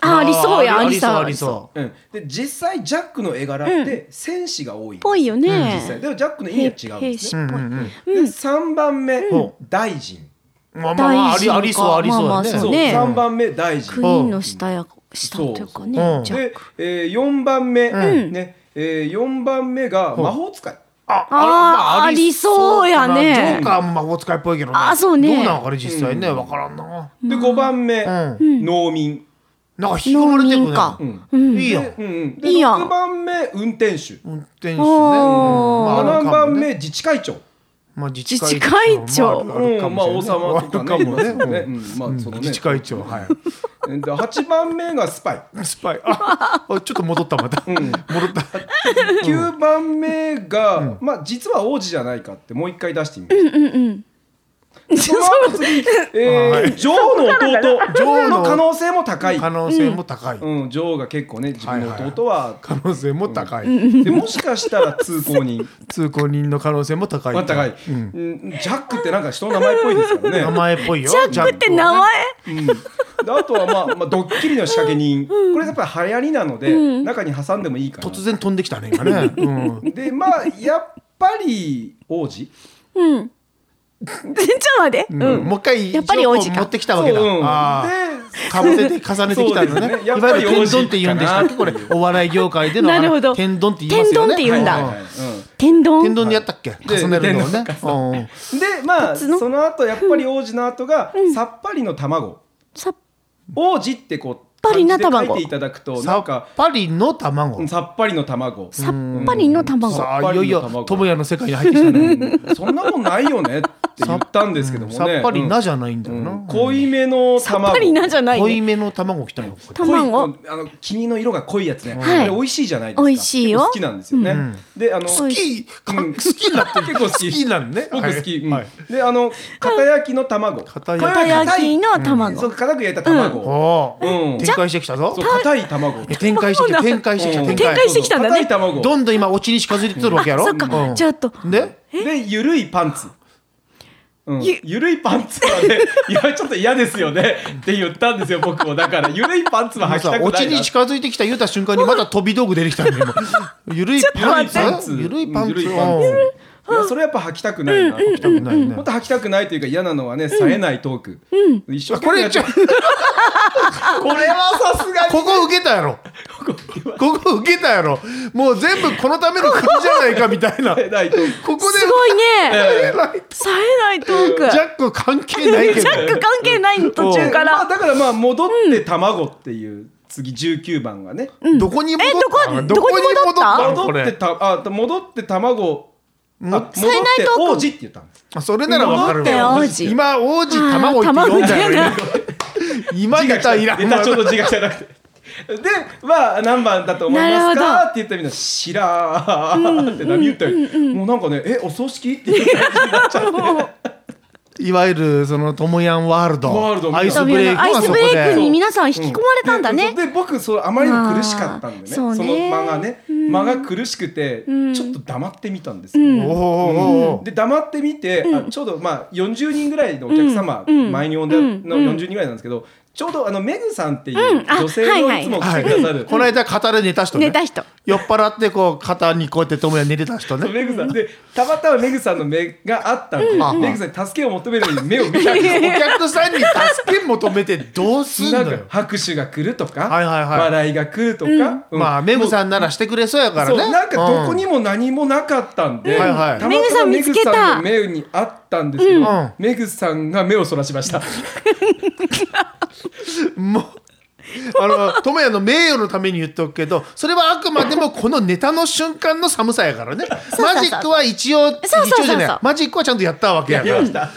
[SPEAKER 3] あありそうや
[SPEAKER 2] あ
[SPEAKER 3] あ
[SPEAKER 2] ー
[SPEAKER 3] りそう
[SPEAKER 2] ありそう
[SPEAKER 4] うん、で実際ジャックの絵柄って戦士が多い、
[SPEAKER 3] ぽいよ
[SPEAKER 4] 実際
[SPEAKER 3] ね。
[SPEAKER 4] でもジャックの意味は違うんですね、
[SPEAKER 2] うんうんうん
[SPEAKER 4] で3番目、大臣
[SPEAKER 2] まあまあまあありありそうありそうやね
[SPEAKER 3] 大臣かまあまあ
[SPEAKER 4] そう、
[SPEAKER 3] ね
[SPEAKER 4] 3番目大臣
[SPEAKER 3] クイーンの下や下というか
[SPEAKER 2] そう
[SPEAKER 3] ね
[SPEAKER 2] うん。
[SPEAKER 3] じゃあ
[SPEAKER 4] で、えー、4番目、ねえー、4番目が魔法使い、
[SPEAKER 2] あ
[SPEAKER 3] あーありそうやね
[SPEAKER 2] ジョーカーも魔法使いっぽいけどね
[SPEAKER 3] あそうね
[SPEAKER 2] どうなのかね実際ねわからんな
[SPEAKER 4] で5番目、
[SPEAKER 2] う
[SPEAKER 4] 農民、
[SPEAKER 2] なんか引き込まれてく
[SPEAKER 3] 農民か
[SPEAKER 2] ね
[SPEAKER 4] うん
[SPEAKER 2] うんいいやん
[SPEAKER 4] でうんうん、で
[SPEAKER 3] いいやん
[SPEAKER 4] 6番目運転手
[SPEAKER 2] 運転手ね
[SPEAKER 3] おー
[SPEAKER 2] まあ
[SPEAKER 4] 7番
[SPEAKER 2] あるかもね
[SPEAKER 4] 目自治会長
[SPEAKER 2] まあ自
[SPEAKER 3] 自治会長
[SPEAKER 2] まあある
[SPEAKER 4] う
[SPEAKER 2] か
[SPEAKER 4] んまあ王
[SPEAKER 2] もしれない
[SPEAKER 4] 様とかね
[SPEAKER 2] あるかも
[SPEAKER 4] ね
[SPEAKER 2] ね
[SPEAKER 4] うんまあそのね
[SPEAKER 2] 自治会長 はい
[SPEAKER 4] で8番目がスパイ
[SPEAKER 2] スパイああちょっと戻ったまた戻った
[SPEAKER 4] 9番目が、まあ実は王子じゃないかってもう一回出してみました、その後次、えー、女王の弟
[SPEAKER 2] 女王の
[SPEAKER 4] の可能性も高い、
[SPEAKER 2] 可能性も高い
[SPEAKER 4] うん、女王が結構ね自分の弟は、
[SPEAKER 2] 可能性も高い
[SPEAKER 4] でもしかしたら通行 人
[SPEAKER 2] 通行人の可能性も高い
[SPEAKER 4] まあ高い、うんジャックってなんか人の名前っぽいですから
[SPEAKER 2] 名
[SPEAKER 4] ね、
[SPEAKER 2] 前っぽいよ
[SPEAKER 3] ジャックって名前
[SPEAKER 4] うん、であとはまあ、まあ、ドッキリの仕掛け人、これやっぱり流行りなので、中に挟んでもいいかな
[SPEAKER 2] 突然飛んできたね今ね うん
[SPEAKER 4] でまあやっぱり王子
[SPEAKER 3] うん。ちょっと待って。う
[SPEAKER 2] うん
[SPEAKER 3] ん。
[SPEAKER 2] もう一回
[SPEAKER 3] やっぱり王子
[SPEAKER 2] 一
[SPEAKER 3] か
[SPEAKER 2] 応持ってきたわけだ。
[SPEAKER 4] そううん
[SPEAKER 2] ああ
[SPEAKER 4] で
[SPEAKER 2] かぶせて重ねてきたの
[SPEAKER 4] そ
[SPEAKER 2] ね
[SPEAKER 4] うです。ね
[SPEAKER 2] い
[SPEAKER 4] やっ
[SPEAKER 2] わ
[SPEAKER 4] ぱ
[SPEAKER 2] ゆ
[SPEAKER 4] り
[SPEAKER 2] る
[SPEAKER 4] 王
[SPEAKER 2] 天
[SPEAKER 4] 子
[SPEAKER 2] 丼って言うんでしたっけこれお笑い業界での
[SPEAKER 3] なるほど
[SPEAKER 2] あの天丼って言いますよね。
[SPEAKER 3] 天丼って言うんだ
[SPEAKER 2] は
[SPEAKER 4] うん
[SPEAKER 3] 天
[SPEAKER 2] い
[SPEAKER 3] 丼
[SPEAKER 2] 天。丼でやったっけ
[SPEAKER 4] で
[SPEAKER 2] 重ねるのをね
[SPEAKER 4] 天丼。
[SPEAKER 2] うんうん
[SPEAKER 4] でまあ
[SPEAKER 3] の
[SPEAKER 4] その後やっぱり王子の後が、さっぱりの卵
[SPEAKER 3] さっ
[SPEAKER 4] 王子ってこう
[SPEAKER 3] さっぱりな卵
[SPEAKER 4] 漢字で書いていただくとな
[SPEAKER 2] さ
[SPEAKER 4] んか
[SPEAKER 2] っぱりの卵
[SPEAKER 4] うん。さっぱりの卵
[SPEAKER 3] さっぱりの卵。
[SPEAKER 2] さ
[SPEAKER 4] さっぱ
[SPEAKER 2] あ
[SPEAKER 4] りの
[SPEAKER 2] いよいよ
[SPEAKER 4] 卵
[SPEAKER 2] 友也の世界に入ってきた ね。
[SPEAKER 4] そんなもんないよねって言ったんですけどもね
[SPEAKER 2] さっぱりな
[SPEAKER 4] じ
[SPEAKER 2] じゃないんだよな。
[SPEAKER 4] 濃いめの卵
[SPEAKER 3] さっぱりなじゃない
[SPEAKER 2] 濃い
[SPEAKER 3] ね。
[SPEAKER 2] めの卵きたの。
[SPEAKER 4] 濃い
[SPEAKER 3] 卵。
[SPEAKER 4] あの黄身の色が濃いやつね、
[SPEAKER 3] はい
[SPEAKER 4] あれ美味しいじゃないですか
[SPEAKER 3] 美味しいよ
[SPEAKER 4] 結構好きなんですよね、
[SPEAKER 2] うん
[SPEAKER 4] であの
[SPEAKER 3] 好
[SPEAKER 2] 好き
[SPEAKER 3] き
[SPEAKER 2] か好きになってる
[SPEAKER 4] 結構好き
[SPEAKER 2] 好きなのね。
[SPEAKER 4] 僕好き、うん
[SPEAKER 2] はい。
[SPEAKER 4] であの片焼きの卵
[SPEAKER 2] 片焼き
[SPEAKER 3] たやきの
[SPEAKER 4] いそう
[SPEAKER 3] 卵。
[SPEAKER 4] 固く焼いた卵、
[SPEAKER 2] お
[SPEAKER 4] うん
[SPEAKER 2] お。展開してきたぞ
[SPEAKER 4] そう。硬い卵
[SPEAKER 2] え展開してきた展開してきた
[SPEAKER 4] うん
[SPEAKER 2] 展
[SPEAKER 3] 展
[SPEAKER 2] 開
[SPEAKER 3] 開。してきたんだね
[SPEAKER 4] 硬い卵
[SPEAKER 2] どんどん今オチに近づいてるわけやろ。
[SPEAKER 3] そっか。ちょっと。
[SPEAKER 2] うんで
[SPEAKER 4] でゆるいパンツ、うん
[SPEAKER 3] ゆ
[SPEAKER 4] ゆるいパンツはね いやちょっと嫌ですよねって言ったんですよ僕もだからゆるいパンツは履きたくな
[SPEAKER 2] さ
[SPEAKER 4] いな
[SPEAKER 2] オチに近づいてきた言うた瞬間にまた飛び道具出てきたね 今ゆるいパンツゆるいパンツ
[SPEAKER 4] ゆるいパンツ
[SPEAKER 2] うん
[SPEAKER 4] いやそれやっぱ履きたくないな、履きた
[SPEAKER 2] くないね
[SPEAKER 4] もっと履きたくないというか嫌なのはね冴えないトーク、一生懸
[SPEAKER 2] こ
[SPEAKER 4] 命
[SPEAKER 2] れ
[SPEAKER 4] やっ
[SPEAKER 2] ち
[SPEAKER 4] て
[SPEAKER 2] ょ
[SPEAKER 4] これはさすがに
[SPEAKER 2] ここ受けたやろここ受けたやろもう全部このための国じゃないかみたい な
[SPEAKER 4] 冴えないトーク
[SPEAKER 2] ここ
[SPEAKER 3] すごいね。
[SPEAKER 2] で
[SPEAKER 3] 冴えないトーク。
[SPEAKER 2] ジ
[SPEAKER 3] ジ
[SPEAKER 2] ャック関係ないけど
[SPEAKER 3] ャック関係ないの途中か
[SPEAKER 4] まあ
[SPEAKER 3] ら。
[SPEAKER 4] だからまあ戻って卵っていう次19番がね
[SPEAKER 2] どこに戻っ
[SPEAKER 3] え
[SPEAKER 2] た
[SPEAKER 3] どこどこに戻った
[SPEAKER 2] どこに戻ったこ
[SPEAKER 4] 戻って
[SPEAKER 2] れ
[SPEAKER 4] たあ戻って卵あ戻って
[SPEAKER 3] 冴えないトーク
[SPEAKER 4] 王子って言ったんです
[SPEAKER 2] あそれならわかるわ
[SPEAKER 3] 戻って王子
[SPEAKER 2] 今王子
[SPEAKER 3] あ
[SPEAKER 2] 卵っ
[SPEAKER 3] ー
[SPEAKER 2] て呼んだよ
[SPEAKER 3] 卵
[SPEAKER 2] ね今ネタいらん
[SPEAKER 4] ネタちょうど自我じゃなくて。で、まあ、何番だと思います
[SPEAKER 3] なるほど
[SPEAKER 4] かって言ったらみんな、しらーって何言ったよ、もうなんかね、え、お葬式っていう感じになっちゃって。
[SPEAKER 2] いわゆるそのトムヤンワールド
[SPEAKER 4] ワールド
[SPEAKER 2] アイスブレイク
[SPEAKER 3] アイ
[SPEAKER 2] は
[SPEAKER 3] ス
[SPEAKER 2] そこ
[SPEAKER 3] ブレイクに
[SPEAKER 2] で
[SPEAKER 3] 皆さん引き込まれたんだね。
[SPEAKER 4] で、僕、それあまりにも苦しかったんで
[SPEAKER 3] あ
[SPEAKER 4] ね、
[SPEAKER 3] ーそうね
[SPEAKER 4] の間がね。間が苦しくて、
[SPEAKER 3] うん
[SPEAKER 4] ちょっと黙ってみたんですよ。
[SPEAKER 2] おーおーおー
[SPEAKER 4] で黙ってみて、あちょうどまあ40人ぐらいのお客様、
[SPEAKER 3] うん
[SPEAKER 4] 前に呼んだ
[SPEAKER 3] うん
[SPEAKER 4] の
[SPEAKER 3] うん
[SPEAKER 4] 40人ぐらいなんですけど、ちょうどあのメグさんっていう
[SPEAKER 3] うんあ
[SPEAKER 4] 女性
[SPEAKER 3] はい
[SPEAKER 4] の
[SPEAKER 3] はい
[SPEAKER 4] いつも来
[SPEAKER 2] は
[SPEAKER 4] て
[SPEAKER 2] い
[SPEAKER 4] くださる、
[SPEAKER 2] この間肩で寝た人ね
[SPEAKER 3] 寝た人
[SPEAKER 2] 酔っ払ってこう肩にこうやって友也寝てた人ね
[SPEAKER 4] メグさんでたまたまメグさんの目があったんで、
[SPEAKER 2] うん
[SPEAKER 4] メグさんに助けを求めるのに目を見たん
[SPEAKER 2] お
[SPEAKER 4] ですよ
[SPEAKER 2] 客さんに助け求めてどう すん
[SPEAKER 4] なん
[SPEAKER 2] の
[SPEAKER 4] か
[SPEAKER 2] よ
[SPEAKER 4] 拍手が来るとか、
[SPEAKER 2] はいはいはい
[SPEAKER 4] 笑いが来るとか、う
[SPEAKER 2] まあメグさんならしてくれそうやからね
[SPEAKER 4] そうなんかどこ
[SPEAKER 2] う
[SPEAKER 4] にも何もなかったんで、
[SPEAKER 2] うんはいはい
[SPEAKER 4] たまたま
[SPEAKER 3] メグさん見つけた
[SPEAKER 4] メグさんの目にあったんですけど、
[SPEAKER 2] うん
[SPEAKER 4] メグさんが目をそらしました
[SPEAKER 2] もうあの智也の名誉のために言っておくけどそれはあくまでもこのネタの瞬間の寒さやからね
[SPEAKER 3] うそう
[SPEAKER 2] マジックは一応
[SPEAKER 3] そうそうそうそ
[SPEAKER 2] 一応
[SPEAKER 3] う
[SPEAKER 2] じゃないマジックはちゃんとやったわけやから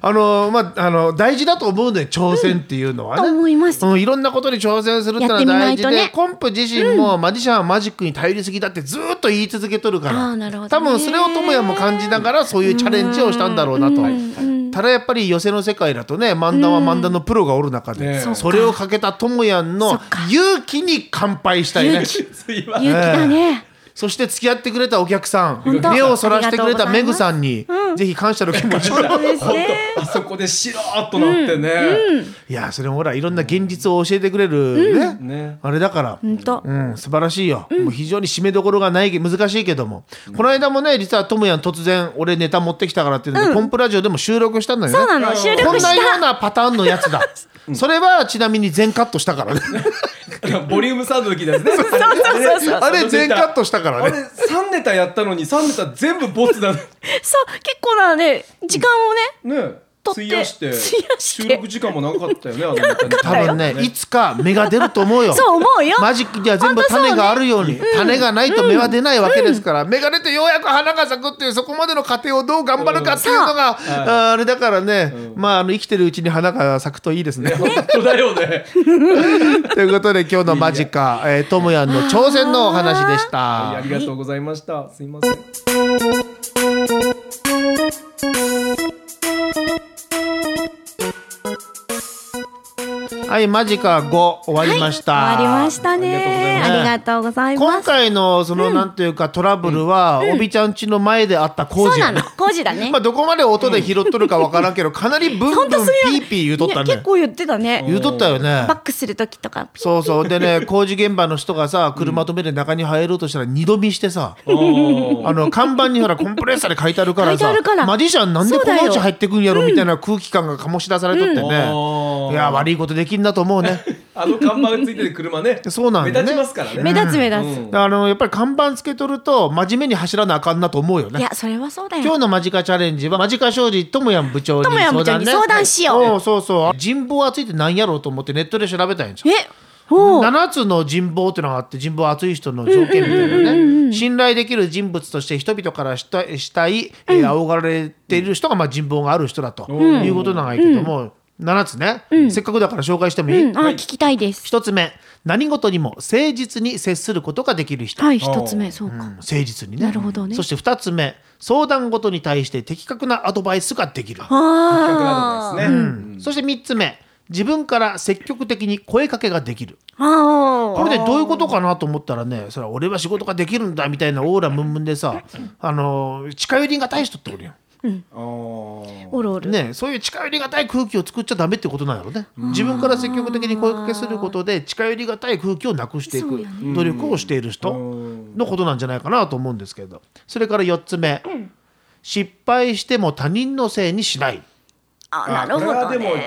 [SPEAKER 2] あのまああの大事だと思うのよ挑戦っていうのはね、
[SPEAKER 3] と思います
[SPEAKER 2] うん、いろんなことに挑戦するってのは
[SPEAKER 3] やっ
[SPEAKER 2] 大
[SPEAKER 3] てみ
[SPEAKER 2] 事
[SPEAKER 3] な
[SPEAKER 2] で、
[SPEAKER 3] いとね
[SPEAKER 2] コンプ自身もマジシャンはマジックに頼りすぎだってずーっと言い続けとるか
[SPEAKER 3] あー
[SPEAKER 2] ら
[SPEAKER 3] なるほどね
[SPEAKER 2] 多分それを智也も感じながらそういうチャレンジをしたんだろうなと。ただやっぱり寄せの世界だとね漫談は漫談のプロがおる中で、
[SPEAKER 4] ねえそっか
[SPEAKER 2] それをかけた智也
[SPEAKER 3] そ
[SPEAKER 2] の
[SPEAKER 3] っか
[SPEAKER 2] 勇気に乾杯したいね
[SPEAKER 4] すいません
[SPEAKER 3] 勇気だね
[SPEAKER 2] そして付き合ってくれたお客さ
[SPEAKER 3] 本
[SPEAKER 2] ん
[SPEAKER 3] 当
[SPEAKER 2] 目をそらしてくれたメグさんに
[SPEAKER 3] うん
[SPEAKER 2] ぜひ感謝の気持ちを
[SPEAKER 3] ですね
[SPEAKER 4] あそこでしらーっとなってね、
[SPEAKER 2] いやそれもほらいろんな現実を教えてくれるね,、
[SPEAKER 4] ね
[SPEAKER 2] あれだから、
[SPEAKER 3] 本当
[SPEAKER 2] うん、素晴らしいよ、もう非常に締めどころがない難しいけども、この間もね実はともやん突然俺ネタ持ってきたからっていうので、コンプラジオでも収録したんだよね
[SPEAKER 3] そうなの収
[SPEAKER 2] こ
[SPEAKER 3] 録
[SPEAKER 2] ん
[SPEAKER 3] した
[SPEAKER 2] なようなパターンのやつだそれはちなみに全カットした からね
[SPEAKER 4] ボリューム3の 時ですね
[SPEAKER 2] あれ全カットしたから
[SPEAKER 4] あれ
[SPEAKER 2] ね
[SPEAKER 4] 3ネタやったのに3ネタ全部ボツだね
[SPEAKER 3] そう結構なね時間をね撮って
[SPEAKER 4] 費やして
[SPEAKER 3] 費やして
[SPEAKER 4] 収録時間もなかったよねあのネタね
[SPEAKER 2] 多分ねいつか芽が出ると思うよ
[SPEAKER 3] そう思うよ
[SPEAKER 2] マジックには全部
[SPEAKER 3] 本当そうね
[SPEAKER 2] 種があるように種がないと芽は出ないわけですから芽が出てようやく花が咲くっていうそこまでの過程をどう頑張るかっていうのがあーあれだからねまああの生きてるうちに花が咲くといいですね。
[SPEAKER 4] 本当だよね
[SPEAKER 2] ということで今日のマジカえートムヤンの挑戦のお話でし
[SPEAKER 4] あ
[SPEAKER 2] た
[SPEAKER 4] り。がとうございましたすいませ ん
[SPEAKER 2] はいマジカ5終わりました。
[SPEAKER 3] 終わりましたね
[SPEAKER 2] あ
[SPEAKER 3] あり
[SPEAKER 2] り
[SPEAKER 3] が
[SPEAKER 2] が
[SPEAKER 3] とうございま
[SPEAKER 2] 今
[SPEAKER 3] す
[SPEAKER 2] 回のそのなんというかトラブルはおびちゃん家の前であった工
[SPEAKER 3] そう
[SPEAKER 2] 事
[SPEAKER 3] なの工事だね
[SPEAKER 2] まあどこまで音で拾っとるかわからんけどかなりブンブン
[SPEAKER 3] 本当す
[SPEAKER 2] ピーピー言うとった
[SPEAKER 3] ね結
[SPEAKER 2] ね
[SPEAKER 3] 構言ってたね
[SPEAKER 2] 言うとったよね
[SPEAKER 3] バックする時とか
[SPEAKER 2] そうそうで ね工事現場の人がさ車止めて中に入ろうとしたら二度見してさあの看板にほらコンプレッサーで書いてあるから
[SPEAKER 3] 書い
[SPEAKER 2] さ
[SPEAKER 3] てあるから
[SPEAKER 2] マジシャンなんでこ
[SPEAKER 3] そうだ
[SPEAKER 2] の
[SPEAKER 3] よ
[SPEAKER 2] うち入ってくんやろみたいな空気感が醸し出されとってね
[SPEAKER 4] うんあー
[SPEAKER 2] いや悪いことできんなと思うね
[SPEAKER 4] あの看板がついてる車ね
[SPEAKER 2] そうなんだね
[SPEAKER 4] 目立ちますからね
[SPEAKER 3] 目立つ目立
[SPEAKER 4] うん
[SPEAKER 2] あのやっぱり看板つけとると真面目に走らなあかんなと思うよ
[SPEAKER 3] つい
[SPEAKER 2] ね
[SPEAKER 3] やそれはそうだ
[SPEAKER 2] 今
[SPEAKER 3] よ
[SPEAKER 2] 日のマジカチャレンジはマジカ商事ともやん部長に
[SPEAKER 3] 智也部長に相談しよう
[SPEAKER 2] うんそうそう人望厚いってなんやろうと思ってネットで調べたんやん
[SPEAKER 3] えおう
[SPEAKER 2] 7つの人望っていうのがあって人望厚い人の条件みたいなね信頼できる人物として人々からしたしたい、えー仰がれている人がまあ人望がある人だということなんやけども、7つね、せっかくだから紹介してもいい、
[SPEAKER 3] うんあ聞きたいです
[SPEAKER 2] 1つ目何事にも誠実に接することができる人、
[SPEAKER 3] はい一つ目そう
[SPEAKER 2] うん
[SPEAKER 3] か
[SPEAKER 2] 誠実にね
[SPEAKER 3] なるほどね
[SPEAKER 2] そして2つ目相談事に対して的確なアドバイスができる、
[SPEAKER 4] 企画な
[SPEAKER 3] あー
[SPEAKER 4] どですね、うん
[SPEAKER 2] そして3つ目自分から積極的に声かけができる
[SPEAKER 3] あ
[SPEAKER 2] こ
[SPEAKER 3] ー
[SPEAKER 2] れねどういうことかなと思ったらねそれは俺は仕事ができるんだみたいなオーラムンムンでさあの近寄りがたい人っておるやん
[SPEAKER 4] あー
[SPEAKER 3] おるおる
[SPEAKER 2] ねそういう近寄りがたい空気を作っちゃダメってことなんやろね自分から積極的に声かけすることで近寄りがたい空気をなくしてい
[SPEAKER 3] そう
[SPEAKER 2] く
[SPEAKER 3] や
[SPEAKER 2] 努力をしている人のことなんじゃないかなと思うんですけどそれから4つ目失敗しても他人のせいにしない。
[SPEAKER 3] あ
[SPEAKER 4] あ
[SPEAKER 3] なるほ
[SPEAKER 4] これは
[SPEAKER 3] ど
[SPEAKER 4] でも、ね、
[SPEAKER 3] ね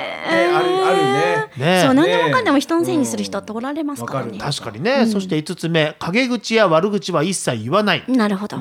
[SPEAKER 4] あるあるね
[SPEAKER 2] ね
[SPEAKER 3] そう
[SPEAKER 2] ね
[SPEAKER 3] 何でもかんでも人のせいにする人っておられますから
[SPEAKER 4] う
[SPEAKER 3] ね
[SPEAKER 4] んわ
[SPEAKER 2] 確かにね、そして5つ目陰口や悪口は一切言わない。
[SPEAKER 3] なるほど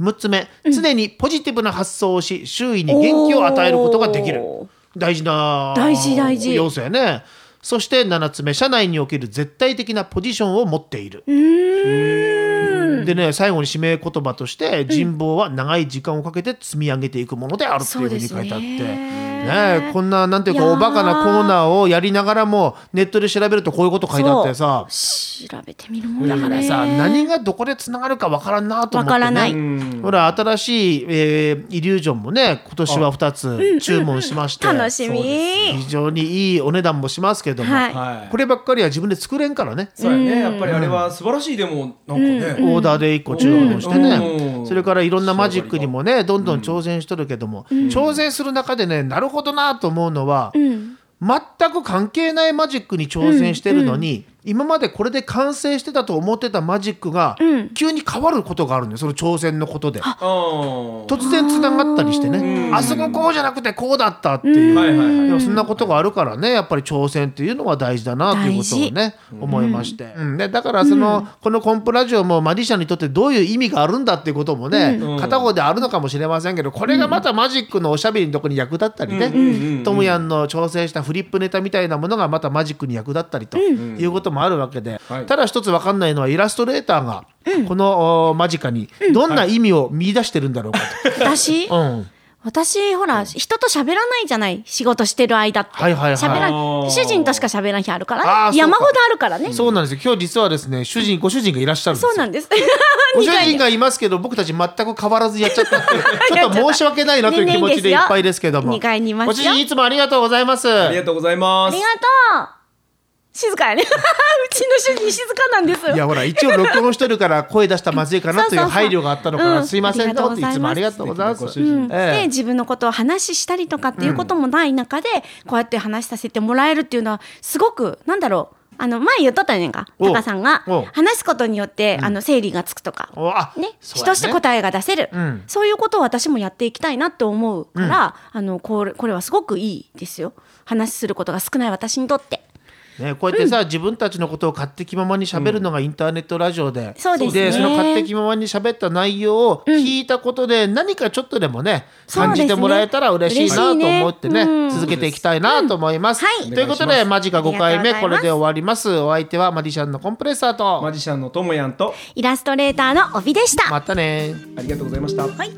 [SPEAKER 2] 6つ目常にポジティブな発想をし周囲に元気を与えることができる
[SPEAKER 3] おー
[SPEAKER 2] 大事な
[SPEAKER 3] 大事大事
[SPEAKER 2] 要素やねそして7つ目社内における絶対的なポジションを持っている
[SPEAKER 3] うーん
[SPEAKER 2] でね最後に締め言葉として人望は長い時間をかけて積み上げていくものであるっていうふうに書いてあって。
[SPEAKER 3] そうですね
[SPEAKER 2] ねえこんななんていう
[SPEAKER 3] い
[SPEAKER 2] か
[SPEAKER 3] やー
[SPEAKER 2] おバカなコーナーをやりながらもネットで調べるとこういうこと書いてあってさ
[SPEAKER 3] そう調べてみるもんだ
[SPEAKER 2] だか
[SPEAKER 3] ね
[SPEAKER 2] らさ何がどこでつながるかわからんなと思って、ね、
[SPEAKER 3] わからないう
[SPEAKER 4] うん
[SPEAKER 2] ほら新しい、えーイリュージョンもね今年は2つ注文しまして、
[SPEAKER 3] 楽しみ
[SPEAKER 2] そうです非常にいいお値段もしますけども、
[SPEAKER 3] はい
[SPEAKER 4] はい
[SPEAKER 2] こればっかりは自分で作れんからね、
[SPEAKER 4] そうやねやっぱりあれは素晴らしいでもなんかね
[SPEAKER 2] オーダーで1個注文してね、
[SPEAKER 4] うん
[SPEAKER 2] それからいろんなマジックにもねどんどん挑戦してるけども、挑戦する中でねなるほどなと思うのは、
[SPEAKER 3] うん
[SPEAKER 2] 全く関係ないマジックに挑戦してるのに、今までこれで完成してたと思ってたマジックが、
[SPEAKER 3] うん
[SPEAKER 2] 急に変わることがあるのよその挑戦のことで。
[SPEAKER 4] うん
[SPEAKER 2] 突然つながったりしてね
[SPEAKER 4] うん
[SPEAKER 2] あそここうじゃなくてこうだったっていう、
[SPEAKER 4] はいはいはい
[SPEAKER 2] でもそんなことがあるからねやっぱり挑戦っていうのは大事だなということをね思いまして、うんね、だからその、このコンプラジオもマディシャンにとってどういう意味があるんだっていうこともね、
[SPEAKER 4] うん
[SPEAKER 2] 片方であるのかもしれませんけどこれがまたマジックのおしゃべりのとこに役立ったりね、
[SPEAKER 4] うん
[SPEAKER 2] トムヤンの挑戦したフリップネタみたいなものがまたマジックに役立ったりということもあるわけで、
[SPEAKER 4] はい
[SPEAKER 2] ただ一つ分かんないのはイラストレーターがこのおマジカにどんな意味を見出してるんだろうかと。
[SPEAKER 3] 私
[SPEAKER 2] うん、
[SPEAKER 3] 私ほら人と喋らないじゃない仕事してる間って
[SPEAKER 2] はいはいはい
[SPEAKER 3] 喋らん
[SPEAKER 4] あー
[SPEAKER 3] 主人としか喋らん日あるか
[SPEAKER 2] あーそう
[SPEAKER 3] ら
[SPEAKER 2] か
[SPEAKER 3] 山ほどあるからね
[SPEAKER 2] そうなんですよ今日実はですね主人ご主人がいらっしゃるんですよ
[SPEAKER 3] そうなんです
[SPEAKER 2] ご
[SPEAKER 3] 二
[SPEAKER 2] 主
[SPEAKER 3] 回
[SPEAKER 2] 人
[SPEAKER 3] で
[SPEAKER 2] がいますけど僕たち全く変わらずやっちゃったっていうちょっと申し訳ないなという気持ちでいっぱいですけども
[SPEAKER 3] 二回にいますよ
[SPEAKER 2] ご主人いつもありがとうございます
[SPEAKER 4] ありがとうございま
[SPEAKER 3] あ
[SPEAKER 4] す
[SPEAKER 3] りがとう静かやね うちの主人静かなんです
[SPEAKER 2] いやほら一応録音してるから声出したらまずいかなという
[SPEAKER 3] そうそうそう
[SPEAKER 2] 配慮があったのか
[SPEAKER 3] う
[SPEAKER 2] なんすいませんとっていつもあ
[SPEAKER 3] あ
[SPEAKER 2] り
[SPEAKER 3] り
[SPEAKER 2] が
[SPEAKER 3] が
[SPEAKER 2] と
[SPEAKER 3] と
[SPEAKER 2] う
[SPEAKER 3] う
[SPEAKER 2] ご
[SPEAKER 4] ご
[SPEAKER 2] ざい
[SPEAKER 4] ざい
[SPEAKER 2] ま
[SPEAKER 4] ますす
[SPEAKER 2] え
[SPEAKER 3] で
[SPEAKER 2] え
[SPEAKER 3] 自分のことを話したりとかっていうこともない中で、こうやって話させてもらえるっていうのはすごくなんだろうあの前言っとったやねんか
[SPEAKER 2] お
[SPEAKER 3] タカさんが
[SPEAKER 2] お
[SPEAKER 3] 話すことによって、あの整理がつくとか、
[SPEAKER 2] おあ
[SPEAKER 3] ね、
[SPEAKER 2] そう
[SPEAKER 3] 人
[SPEAKER 2] やね
[SPEAKER 3] として答えが出せる、
[SPEAKER 2] うん
[SPEAKER 3] そういうことを私もやっていきたいなって思うから、あのこれこれはすごくいいですよ話することが少ない私にとって。
[SPEAKER 2] ね、こうやってさ、自分たちのことを勝手気ままに喋るのがインターネットラジオで、
[SPEAKER 3] そうですね
[SPEAKER 2] その勝手気ままに喋った内容を聞いたことで、何かちょっとでもね、
[SPEAKER 3] そう
[SPEAKER 2] 感
[SPEAKER 3] ですね
[SPEAKER 2] じてもらえたら嬉しいなと思ってね、
[SPEAKER 3] 嬉しいねうん
[SPEAKER 2] 続けていきたいなと思います。
[SPEAKER 3] うんはい
[SPEAKER 2] ということで、マジカ5回
[SPEAKER 3] あり
[SPEAKER 2] 目
[SPEAKER 3] がと
[SPEAKER 2] こ
[SPEAKER 3] うござ
[SPEAKER 2] れ
[SPEAKER 3] います
[SPEAKER 2] で終わります。お相手はマディシャンのコンプレッサーと、
[SPEAKER 4] マジシャンのともやんと
[SPEAKER 3] イラストレーターの帯でした、
[SPEAKER 2] またね。
[SPEAKER 4] ありがとうございました
[SPEAKER 3] はい